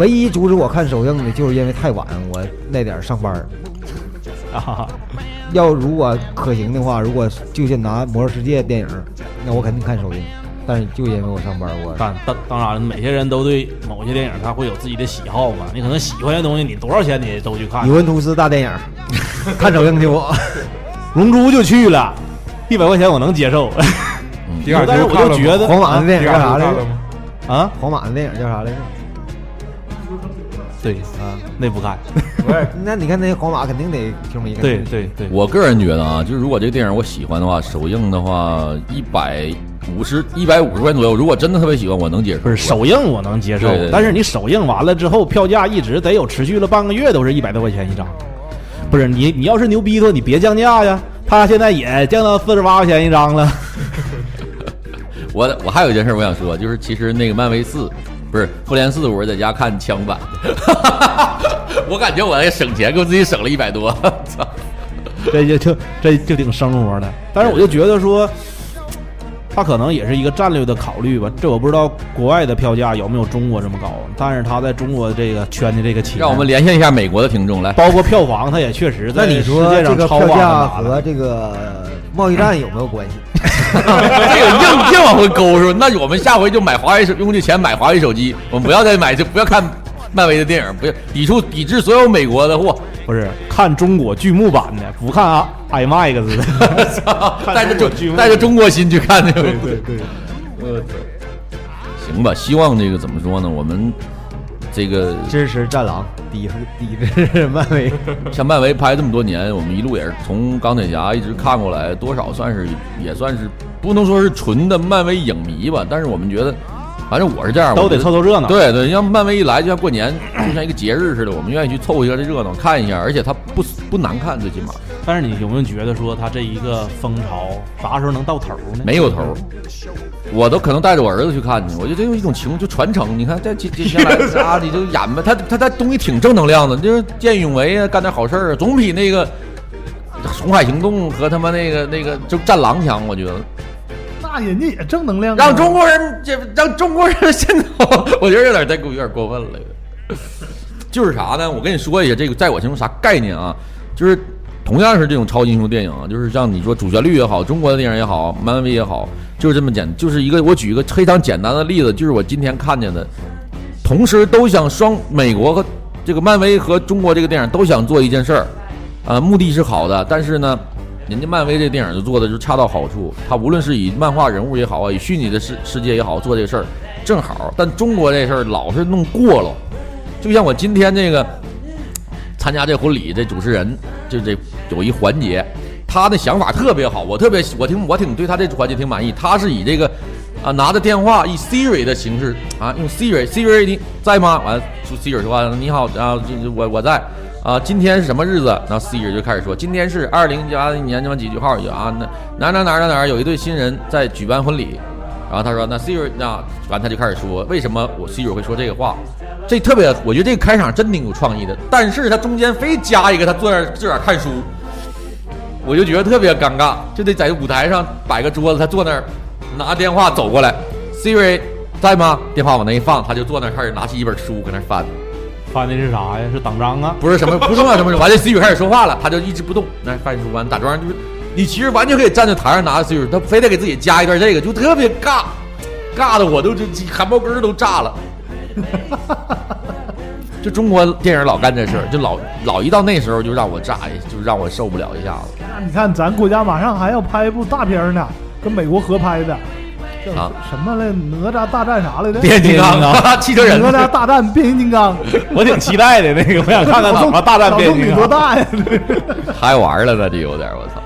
唯一阻止我看首映的，就是因为太晚，我那点儿上班儿。
啊，
要如果可行的话，如果就近拿《魔兽世界》电影儿，那我肯定看首映。但是就因为我上班儿，我
但当当然了，每些人都对某些电影他会有自己的喜好嘛。你可能喜欢的东西，你多少钱你都去看
尤。文图斯大电影儿， 看首映去我。
龙珠就去了，一百块钱我能接受。
迪卡
但是
丘
我
看了
就
吗
觉得
皇马的电
迪
影
卡
叫啥
丘
来
啊看了
着？
吗？
啊，
皇马的电影叫啥来着？
对啊，那不看。
那你看那皇马肯定得球迷肯
对
嗯
定
对对，
我个人觉得啊，就是如果这个电影我喜欢的话，首映的话一百五十一百五十块钱左右，如果真的特别喜欢，我能接受。
不是首映我能接受
对对，对
但是你首映完了之后，票价一直得有持续了半个月都是一百多块钱一张。不是你，你要是牛逼的话，你别降价呀。他现在也降到四十八块钱一张了。
我我还有一件事我想说，就是其实那个漫威四不是复联四，我是在家看枪版的， 我感觉我还省钱，给我自己省了一百多， 操！
这就就这就挺生活的。但是我就觉得说，他可能也是一个战略的考虑吧。这我不知道国外的票价有没有中国这么高，但是他在中国这个圈的这个钱，
让我们连线一下美国的听众来。
包括票房，他也确实
那
在
你
世
说
界
这
上
个
超
票
过
价
阿凡达
和
了。
这个贸易战有没有关系？
这个硬硬往回勾是吧？那我们下回就买华为手，用这钱买华为手机，我们不要再买，就不要看漫威的电影，不要抵触抵制所有美国的货。
不是看中国剧目版的，不看啊 IMAX 的。
带着中带着中国心去看这个。对对对，行吧，希望这个怎么说呢？我们这个
支持战狼，抵抵制 漫威。
像漫威拍这么多年，我们一路也是从钢铁侠一直看过来，多少算是也算是不能说是纯的漫威影迷吧，但是我们觉得，反正我是这样，
都
我觉
得凑凑热闹
对对，像漫威一来，就像过年，就像一个节日似的，我们愿意去凑一下这热闹，看一下，而且它不不难看，最起码
但是你有没有觉得说他这一个风潮啥时候能到头呢？
没有头儿。我都可能带着我儿子去看去，我觉得这有一种情，就传承。你看这这这下来啊，你就演吧，他他他东西挺正能量的，就是见义勇为啊，干点好事儿啊，总比那个《红海行动》和他妈那个那个就《战狼》强。我觉得
那人家也正能量啊，
让中国人这让中国人先走，我觉得有点太过有点过分了。就是啥呢？我跟你说一下，这个在我心中啥概念啊？就是同样是这种超级英雄电影啊，就是像你说主旋律也好，中国的电影也好，漫威也好，就是这么简，就是一个我举一个非常简单的例子，就是我今天看见的，同时都想双美国和这个漫威和中国这个电影都想做一件事儿，啊、目的是好的，但是呢。人家漫威这电影就做的就恰到好处，他无论是以漫画人物也好啊，以虚拟的世世界也好，做这事儿正好。但中国这事儿老是弄过了，就像我今天这个参加这婚礼，这主持人就这有一环节，他的想法特别好，我特别我挺我挺对他这环节挺满意。他是以这个啊拿着电话以 Siri 的形哎式啊，用 Siri Siri 你在吗？完、就 Siri 说、啊、你好啊，这这我我在。啊，今天是什么日子？然后 C 人就开始说，今天是二零八零年什么几句号有啊，那哪哪哪哪哪儿有一对新人在举办婚礼。然后他说：“那 Siri，那完他就开始说，为什么我 Siri 会说这个话？这特别，我觉得这个开场真挺有创意的。但是他中间非加一个，他坐那儿自个儿看书，我就觉得特别尴尬，就得在舞台上摆个桌子，他坐那儿拿电话走过来，Siri 在吗？电话往那一放，他就坐那儿开始拿起一本书搁那儿翻，
翻的是啥呀？是党章啊？
不是什么不重要什么，完了 Siri 开始说话了，他就一直不动，哎那翻书完打桩就是，你其实完全可以站在台上拿着 Siri，他非得给自己加一段这个，就特别尬，尬的我都这汗毛根儿都炸了。 就中国电影老干这事儿，就老老一到那时候就让我炸，就让我受不了一下子。
那你看，咱国家马上还要拍一部大片儿呢，跟美国合拍的，叫
啊
什么来？哪吒大战啥来着？
变形金刚啊， 汽车人
哪吒大战变形金刚，
我挺期待的那个，我想看看哪个大战变
脑洞
形啊
比多大呀？
嗨玩了，那就有点儿我操。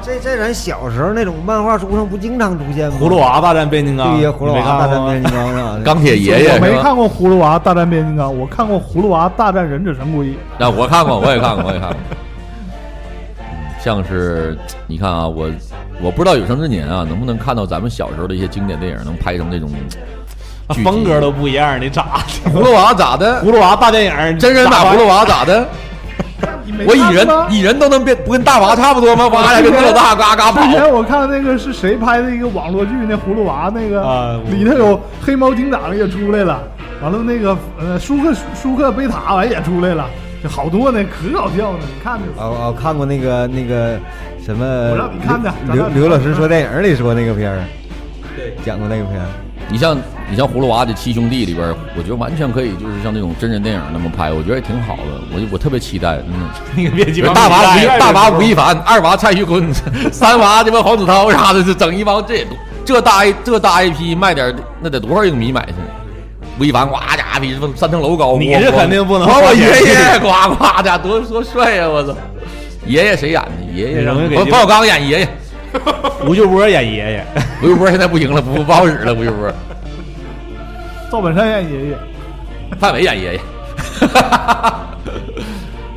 这这咱小时候那种漫画书上不经常出现吗？
葫芦娃大战变形金刚，
对呀，葫芦
你
娃
没看
大战
过吗
变形金刚啊，
钢铁爷爷
我没
是吧？
看过《葫芦娃大战变形金刚》，我看过《葫芦娃大战忍者神龟》。
那我看过，我也看过，我也看过。像是你看啊，我我不知道有生之年啊，能不能看到咱们小时候的一些经典电影，能拍成这种
啊
剧集
风格都不一样，你咋？
葫芦娃咋的？
葫芦娃大电影，
真人版葫芦
娃，
娃咋的？我蚁人蚁人都能变，不跟大娃差不多 吗？哇呀，跟老大嘎嘎跑
之。前我看那个是谁拍的一个网络剧，那葫芦娃那个、
啊我
里头有黑猫警长也出来了，完了那个呃舒克舒克贝塔完也出来了，这好多呢，可搞笑呢，你看着吧。
哦哦，看过那个那个什么
我让你看的咱
刘
俩
刘老师说电影里说那个片儿，对，讲过那个片儿，
你像你像葫芦娃的七兄弟里边儿，我觉得完全可以，就是像那种真人电影那么拍，我觉得也挺好的。我就我特别期待，嗯。
你可别鸡巴
大娃吴亦
期待
大娃吴亦凡，二娃蔡徐坤，三娃鸡巴黄子韬啥的，这整一帮这这大一这大一批卖点儿那得多少影迷买去？吴亦凡呱家比三层楼高，
你
我
这肯定不能
我我
花钱
爷爷呱呱家多多帅呀、我操！爷爷谁演的？爷爷让
你能给
冯
这
冯小刚演爷爷。
吴秀波演爷 爷，
吴秀波现在不行了，不不好使了。吴秀波，
赵本山演爷爷，
范伟演爷 爷。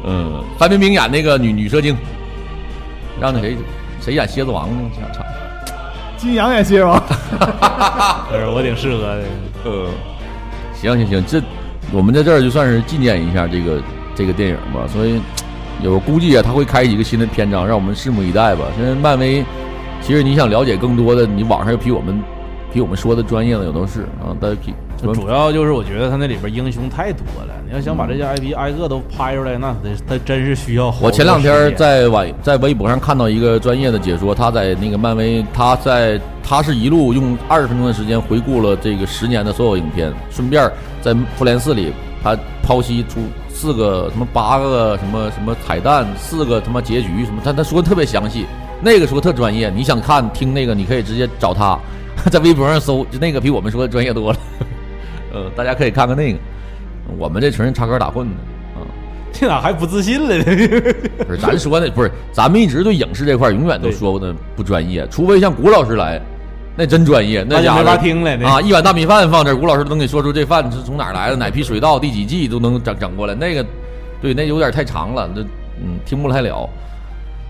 嗯，范冰冰演那个女女蛇精，让那谁谁演蝎子王呢？想操！
金阳演蝎 王，
就是我挺适合的。
呃，行行行，这我们在这儿就算是纪念一下这个这个电影吧。所以，有估计啊，他会开一个新的篇章，让我们拭目以待吧。现在漫威，其实你想了解更多的，你网上有比我们比我们说的专业的有都是啊，大家比什么
主要就是我觉得他那里边英雄太多了，你要想把这些 IP 挨个都拍出来，那得他真是需要好多
我前两
时
天
间
在网在微博上看到一个专业的解说，他在那个漫威，他在他是一路用二十分钟的时间回顾了这个十年的所有影片，顺便在复联四里，他剖析出四个什么八个什么什么彩蛋，四个他妈结局什么，他他说的特别详细，那个说得特专业，你想看听那个，你可以直接找他，在微博上搜，就那个比我们说的专业多了， 呃，大家可以看看那个，呃我们这纯是插科打诨的啊。
这咋还不自信了呢？
不是，咱说的不是，咱们一直对影视这块儿永远都说的不专业，除非像谷老师来，那真专业，那
那就
家伙
没法听了那
啊！一碗大米饭放这儿，谷老师都能给说出这饭是从哪儿来的，哪批水稻，第几季都能整整过来。那个，对，那有点太长了，那嗯听不太了。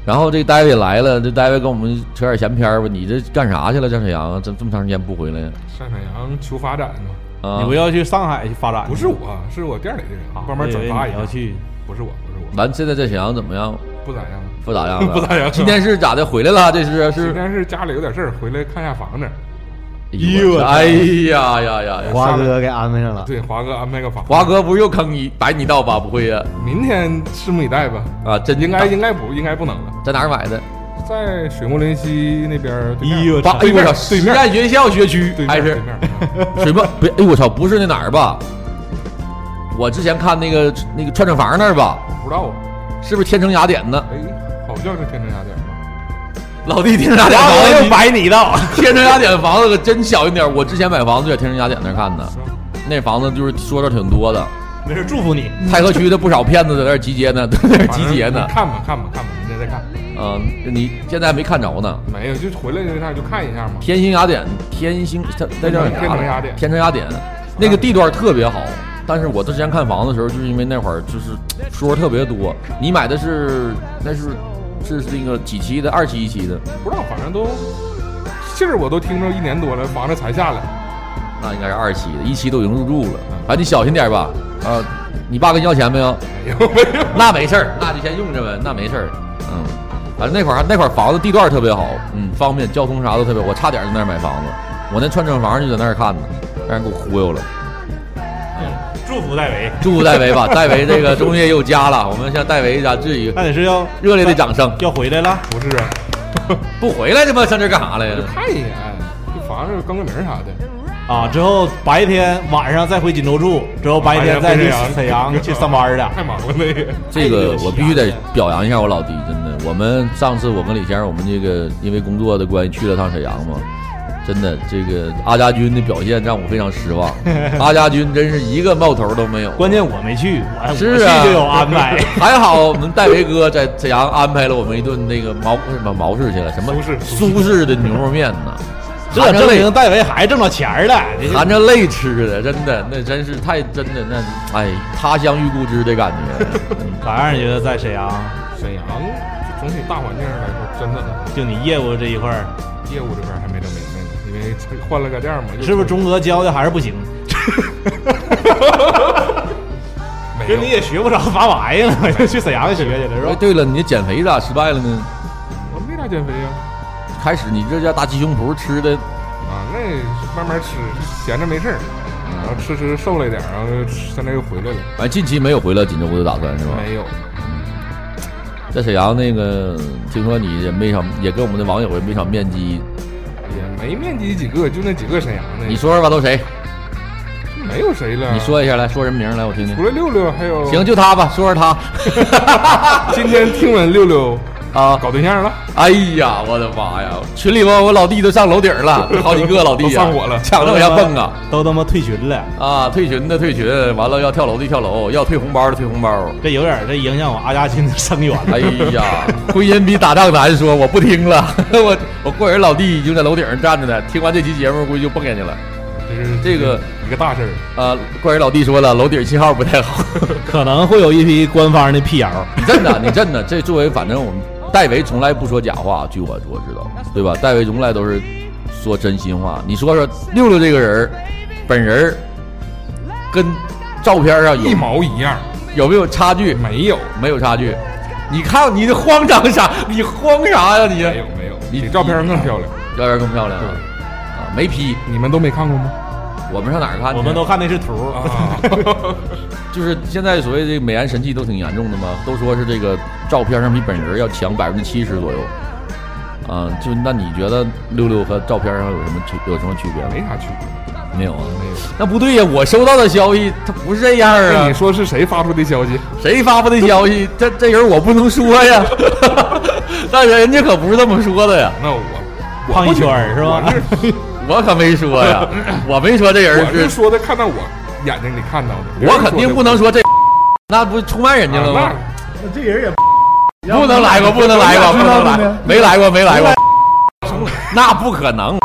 然后这大卫来了，这大卫跟我们扯点闲篇儿吧。你这干啥去了，张沈阳啊？这这么长时间不回来呀
单沈阳求发展嘛，
啊？
你不要去上海去发展去，
不是我，是我店里的人
啊，
帮忙转
我以
发
为
一
你要
下。
去，
不是我，不是我，
完，现在在沈阳怎么样？
不咋样。
不咋样了，
不咋样
今天是咋的？回来了？这是
今
是？
天是家里有点事儿，回来看下房
啊
子。
呦我操哎呀呀呀呀！
华哥给安排上了，
对，华哥安排个房。
华，哥不是又坑你摆你一道吧？不会啊呀、
明天拭目以待吧。
啊？真
应该应该不应该不能了，
在哪儿买的？
在水墨林溪那边儿对面。
哎呦
八哎呦我操！
对
实
面
验学校学区
对面
还
对
是
面，
水墨？不，哎呦我操！不是那哪儿吧？我之前看那个那个串串房那儿吧，
不知道啊。
是不是天成雅典呢？
哎，好像是天津雅典吧？
老弟，天成雅典
华哥
房
又
子，
摆你一道，
天成雅典房子可真小一点儿。我之前买房子就在天成雅典那儿看的，那房子就是说的挺多的。
没事，祝福你。
太河区的不少骗子在那儿集结呢，在那儿集结呢
嗯反正。看吧看吧看吧，明天再看。
嗯，你现在还没看着呢。
没有，就回来那趟就看一下嘛。
天星雅典，天星它它叫啥？
天成雅典
天成雅典，那个地段特别好，但是我之前看房子的时候，就是因为那会儿就是说特别多。你买的是那是是那个几期的，二期一期的，
不知道，反正都信儿我都听着一年多了，房子才下来。
那应该是二期的，一期都已经入住了。啊，你小心点吧。啊，你爸跟你要钱没有？
没有哎没有，
那没事儿，那就先用着呗，那没事儿。嗯，反正那块儿那块儿房子地段特别好，嗯，方便，交通啥都特别好。我差点儿就在那儿买房子，我那串串房就在那儿看呢，让人给我忽悠了。
祝福戴维，
祝福戴维吧，戴维这个终于也有家了，我们向戴维家致以
那你是要
热烈的掌声。
要回来了？
不是，啊
不回来他妈上这儿干啥来呀
哎
就？看一眼，这房子更个名儿啥的。
啊，之后白天晚上再回锦州住，之后白天再去沈阳 去上班去。
太忙了那个。
这
哎
个我必须得表扬一下我老弟，真的。我们上次我跟李先生，我们这个因为工作的关系去了趟沈阳嘛，真的，这个阿家军的表现让我非常失 望。阿家军真是一个冒头都没有。
关键我没去，我
是
我
啊
去就有安排。
还好我们戴维哥在沈阳安排了我们一顿那个毛什么毛氏去了，什么
苏式
苏式的牛肉面 呢，
这
含着
证
泪
明戴维还挣着钱儿了。这就
含着泪吃的，真的那真是太真的那哎他乡遇故知的感觉。
咋样？你觉得在沈阳，
沈阳总体大环境上来说，真的很
就你业务这一块儿，
业务这边还没整明白呢，因为换了个店儿嘛，又
是不是钟哥教的还是不行？
没
跟
有
你也学不着啥玩 意儿，我就去沈阳学去了，是
哎，
吧？
对了，你减肥咋失败了呢？
我没咋哦减肥呀、
开始你这家大鸡胸脯吃的
啊，那慢慢吃，闲着没事儿，然后吃吃瘦了一点儿，然后就吃现在又回来了，
哎，近期没有回到锦州的打算是吧？
没有，
在沈阳那个，听说你也没场，也跟我们的网友也没场面基，
也哎没面积几个，就那几个沈阳的，
你说说吧，都谁？
没有谁了，
你说一下来，说人名来，我听听
除。了六六还有，
行，就他吧，说说他。
今天听闻六六
啊，
搞对象了，
哎呀，我的妈呀！群里边我老弟都上楼顶了，好几个老 弟
都
呀、
上火了
抢着往下蹦啊！
都他妈退群了，
啊，退群的退群，完了要跳楼的跳楼，要退红包的退红包。
这有点儿这影响我阿家亲的生源了。
哎呀，婚姻比打仗难说，我不听了。 我我过人老弟已经在楼顶上站着呢，听完这期节目估计就蹦下去了。
这是
这个
一个大事儿。
啊，怪人老弟说了，楼顶信号不太好。
可能会有一批官方的辟谣。
你真的，你真的，这作为反正我们戴维从来不说假话，据我我知道，对吧？戴维从来都是说真心话。你说说六六这个人儿，本人儿跟照片上
一
有
毛一样，
有没有差距？
没有，
没有差距。你看你慌张啥？你慌啥呀、你
哎
没有没有，
你
比照片上更漂亮。
照片更漂亮啊！啊，没 P，
你们都没看过吗？
我们上哪儿看去？啊
我们都看那是图，
啊，
就是现在所谓这个美颜神器都挺严重的嘛，都说是这个照片上比本人要强百分之七十左右。啊，就那你觉得六六和照片上有什么区有什么区别
没
吗？
啥区别，
没有啊，
没有。
那不对呀、我收到的消息他不是这样
那
啊
你，说是谁发出的消息？
谁发布的消息？这这人我不能说 呀，但人家可不是这么说的呀，
那我
胖一圈儿是吧？
我是
我可没说 呀，我没说这人
我是说的，看到我眼睛里看到的，别人
我肯定不能说这，那不出卖人家了
说的
吗？
啊
那这人也
不能来过，不能来过，不能来，没来过，没来过。那不可能，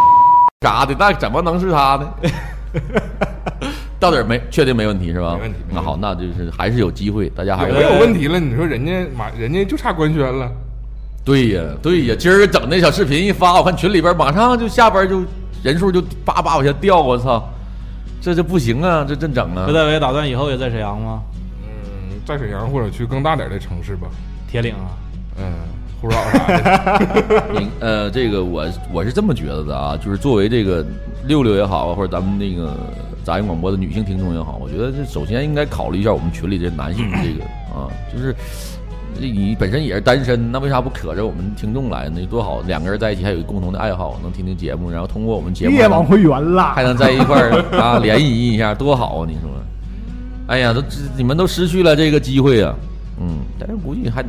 啥的，那怎么能是他呢？到底儿没确定没问题是吧？
没问题没问题
那好，那就是还是有机会，大家还
那
是
没有问题了。你说人家马，人家就差官宣了，
对呀，对呀，今儿整那小视频一发，我看群里边马上就下边就人数就叭叭往下掉，我操，这这不行啊，这真整啊
刘！大伟打算以后也在沈阳吗？
嗯，在沈阳或者去更大点的城市吧，
铁岭啊，
嗯，胡啊绕啥的，
你呃，这个我我是这么觉得的啊，就是作为这个六六也好，啊或者咱们那个杂音广播的女性听众也好，我觉得这首先应该考虑一下我们群里这男性的这个啊，就是这你本身也是单身，那为啥不可着我们听众来呢？多好，两个人在一起还有一个共同的爱好，能听听节目，然后通过我们节目
别往回圆了
还。能在一块儿啊联谊一下，多好啊！你说，哎呀，都这你们都失去了这个机会啊，嗯，但是估计还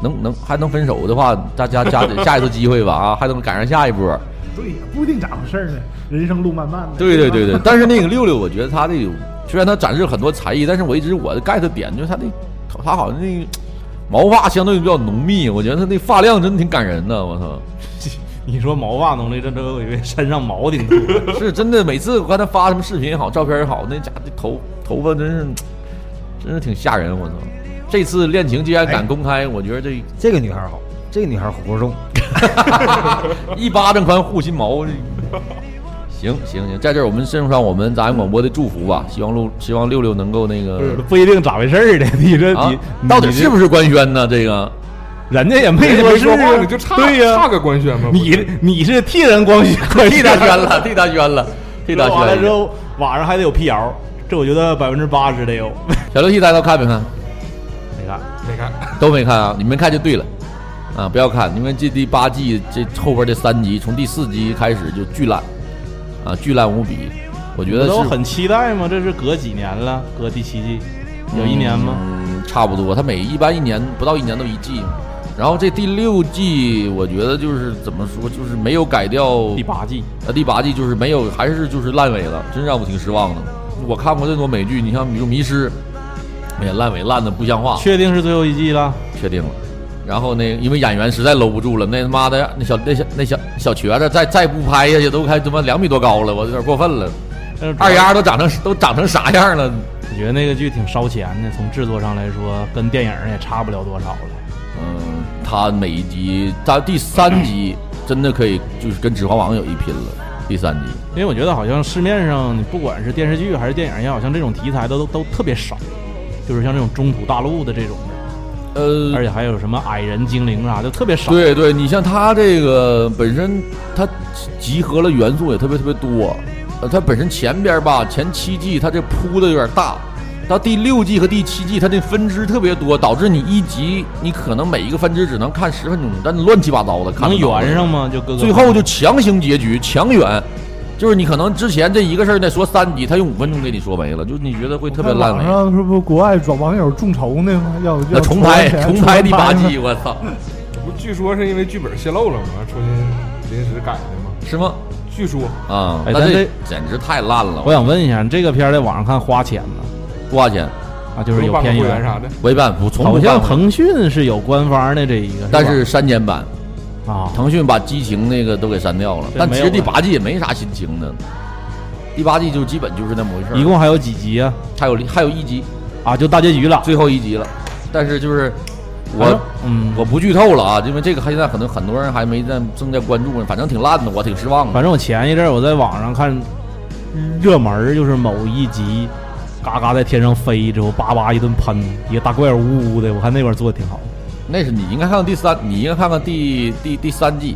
能能还能分手的话，大家加下一次机会吧啊，还能赶上下一波。
对呀，不一定咋回事儿呢，人生路漫漫的。
对对对
吧
对，但是那个六六，我觉得他这个虽然他展示很多才艺，但是我一直我的 get 点就是他那他好像那个毛发相对比较浓密，我觉得他那发量真挺感人的，我操。
你说毛发浓的，这这我以为身上毛挺多。
是真的，每次我看他发什么视频也好，照片也好，那家伙的头头发真是，真是挺吓人，我操！这次恋情既然
哎
敢公开，我觉得 这
这个女孩好，这个女孩活动，
一巴掌宽护心毛。行行行，在这儿我们送上我们杂音广播的祝福吧，希望六希望六六能够那个
嗯不一定咋回事儿的。你这
啊
你，
到底是
是
不是官宣呢？这 个
人家也没
没
说是
说话
啊
你就差
对呀、
差个官宣嘛。不
你
是
你是替人光宣，光
替 他宣了，替他宣了，替他宣
完了之
了。
后晚上还得有辟谣，这我觉得百分之八十 得有。
小六七大家都看没看？
没 看，
没看，
都没看啊？你没看就对了，啊，不要看，因为这第八季这后边这三集，从第四集开始就巨烂，啊，巨烂无比。我觉
不
得
都
是
很期待吗？这是隔几年了？隔第七季，有一年吗？
嗯，差不多。它每一般一年不到一年都一季，然后这第六季，我觉得就是怎么说，就是没有改掉
第八季，
呃，第八季就是没有，还是就是烂尾了，真让我挺失望的。我看过这么多美剧，你像比如《迷失》，哎呀，烂尾烂的不像话，
确定是最后一季了？
确定了。然后呢，因为演员实在搂不住了，那他妈的那小那小那小小瘸子再再不拍下去，都快他妈两米多高了，我有点过分了。
但嗯是主要
二丫都长成都长成啥样了？
我觉得那个剧挺烧钱的，从制作上来说，跟电影也差不了多少了。
嗯，他每一集，他第三集真的可以就是跟《指环王》有一拼了。第三集，
因为我觉得好像市面上，你不管是电视剧还是电影也好，像这种题材都都特别少，就是像这种中土大陆的这种的，
呃，
而且还有什么矮人、精灵啥的，特别少。
对对，你像它这个本身，它集合了元素也特别特别多。呃，它本身前边儿吧，前七季它这铺的有点大，到第六季和第七季它这分支特别多，导致你一集你可能每一个分支只能看十分钟，但你乱七八糟的看
能
不懂
圆上吗？就各个
最后就强行结局，强圆。就是你可能之前这一个事儿得说三集，他用五分钟给你说没了，就你觉得会特别烂
网
尾。
上是不是国外找网友众筹呢吗？要
那
要
重
筹
拍
完钱
重
筹
拍
完
第八
吗
季，我操，
不据说是因为剧本泄露了嘛，重新临时改的嘛。
是吗？
据说
啊，
哎
那
咱
这
这
简直太烂了。
我想问一下，这个片儿在网上看花钱吗？
多少钱？
啊，就是有
办个
片
会
源
员啥的，
违反不从不
好像
办
腾讯是有官方的这一个，
但是
是
删减版，
吧啊，
腾讯把激情那个都给删掉了。
对
但其
没
实
有
第
了
八季也没啥新情的，第八季就基本就是那么回事儿。
一共还有几集啊？
还有还有一集，
啊，就大结局了。
最后一集了。但是就是我
嗯，
我不剧透了啊，因为这个还现在可能很多人还没在正在关注呢，反正挺烂的，我挺失望的。
反正我前一阵儿我在网上看热门儿，就是某一集，嘎嘎在天上飞之后，叭叭一顿喷，一个大怪物呜呜的，我看那边做的挺好。
那是你应该看看第三，你应该看看第第第三季，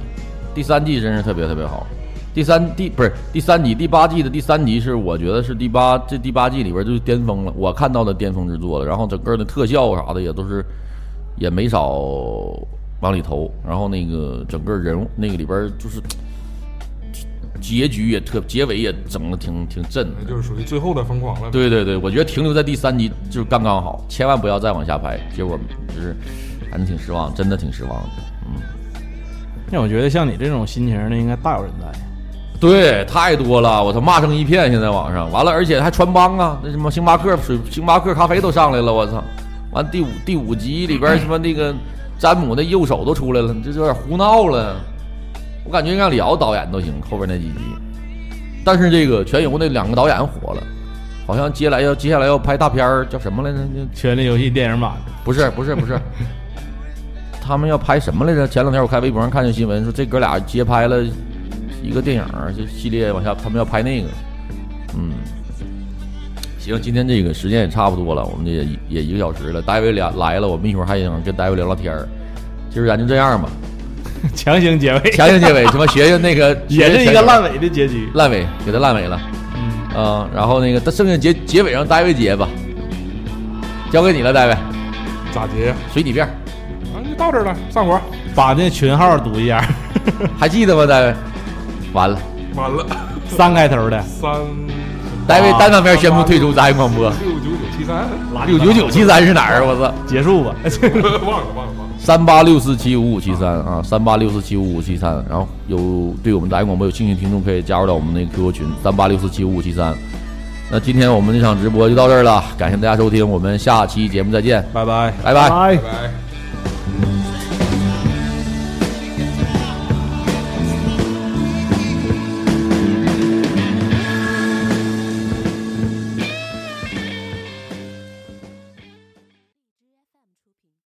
第三季真是特别特别好。第三第不是第三集，第八季的第三集是我觉得是第八这第八季里边就是巅峰了，我看到的巅峰之作了。然后整个的特效啥的也都是也没少往里投，然后那个整个人物那个里边就是结局也特结尾也整的挺挺震的
那。就是属于最后的疯狂了。
对对对，我觉得停留在第三集就是刚刚好，千万不要再往下拍。结果就是，反正挺失望，真的挺失望的。
那我觉得像你这种心情的应该大有人在。
对，太多了，我操，骂声一片，现在网上完了，而且还穿帮啊，那什么星巴克水、星巴克咖啡都上来了，我操！完第五第五集里边什么那个詹姆那右手都出来了，你这就有点胡闹了。我感觉应该李敖导演都行，后边那几集。但是这个全游那两个导演火了，好像接下来要接下来要拍大片儿，叫什么来着？那
《权力游戏》电影版
不 是不是不是，他们要拍什么来着？前两天我看微博上看见新闻，说这哥俩接拍了一个电影儿，就系列往下，他们要拍那个。嗯，行，今天这个时间也差不多了，我们这也也一个小时了。戴维俩来了，我们一会儿还想跟戴维聊聊天儿。今儿咱就这样 吧，
强行结尾，
强行结尾，什么学学那个，
也
学
是
学
一个
前
烂
面
尾的结局。
烂尾，给他烂尾了。
嗯，
嗯，然后那个，但剩下结结尾让戴维结吧，交给你了，戴维，
咋结呀？
随你便儿，
啊，就到这儿了，散伙，
把那群号读一下，
还记得吗，戴维？完
啊
了。
完了，
三开头的。
三
戴维单方面宣布退出杂音广
啊
播。
六九九七三，
六九九七三是哪儿啊？我操，
结束吧，
忘了忘了忘了。
三八六四七五五七三啊，三八六四七五五七三。然后有对我们杂音广播有兴趣的听众可以加入到我们那个 QQ 群三八六四七五五七三。那今天我们这场直播就到这儿了，感谢大家收听，我们下期节目再见，
拜拜。
拜拜。
哎
拜。拜。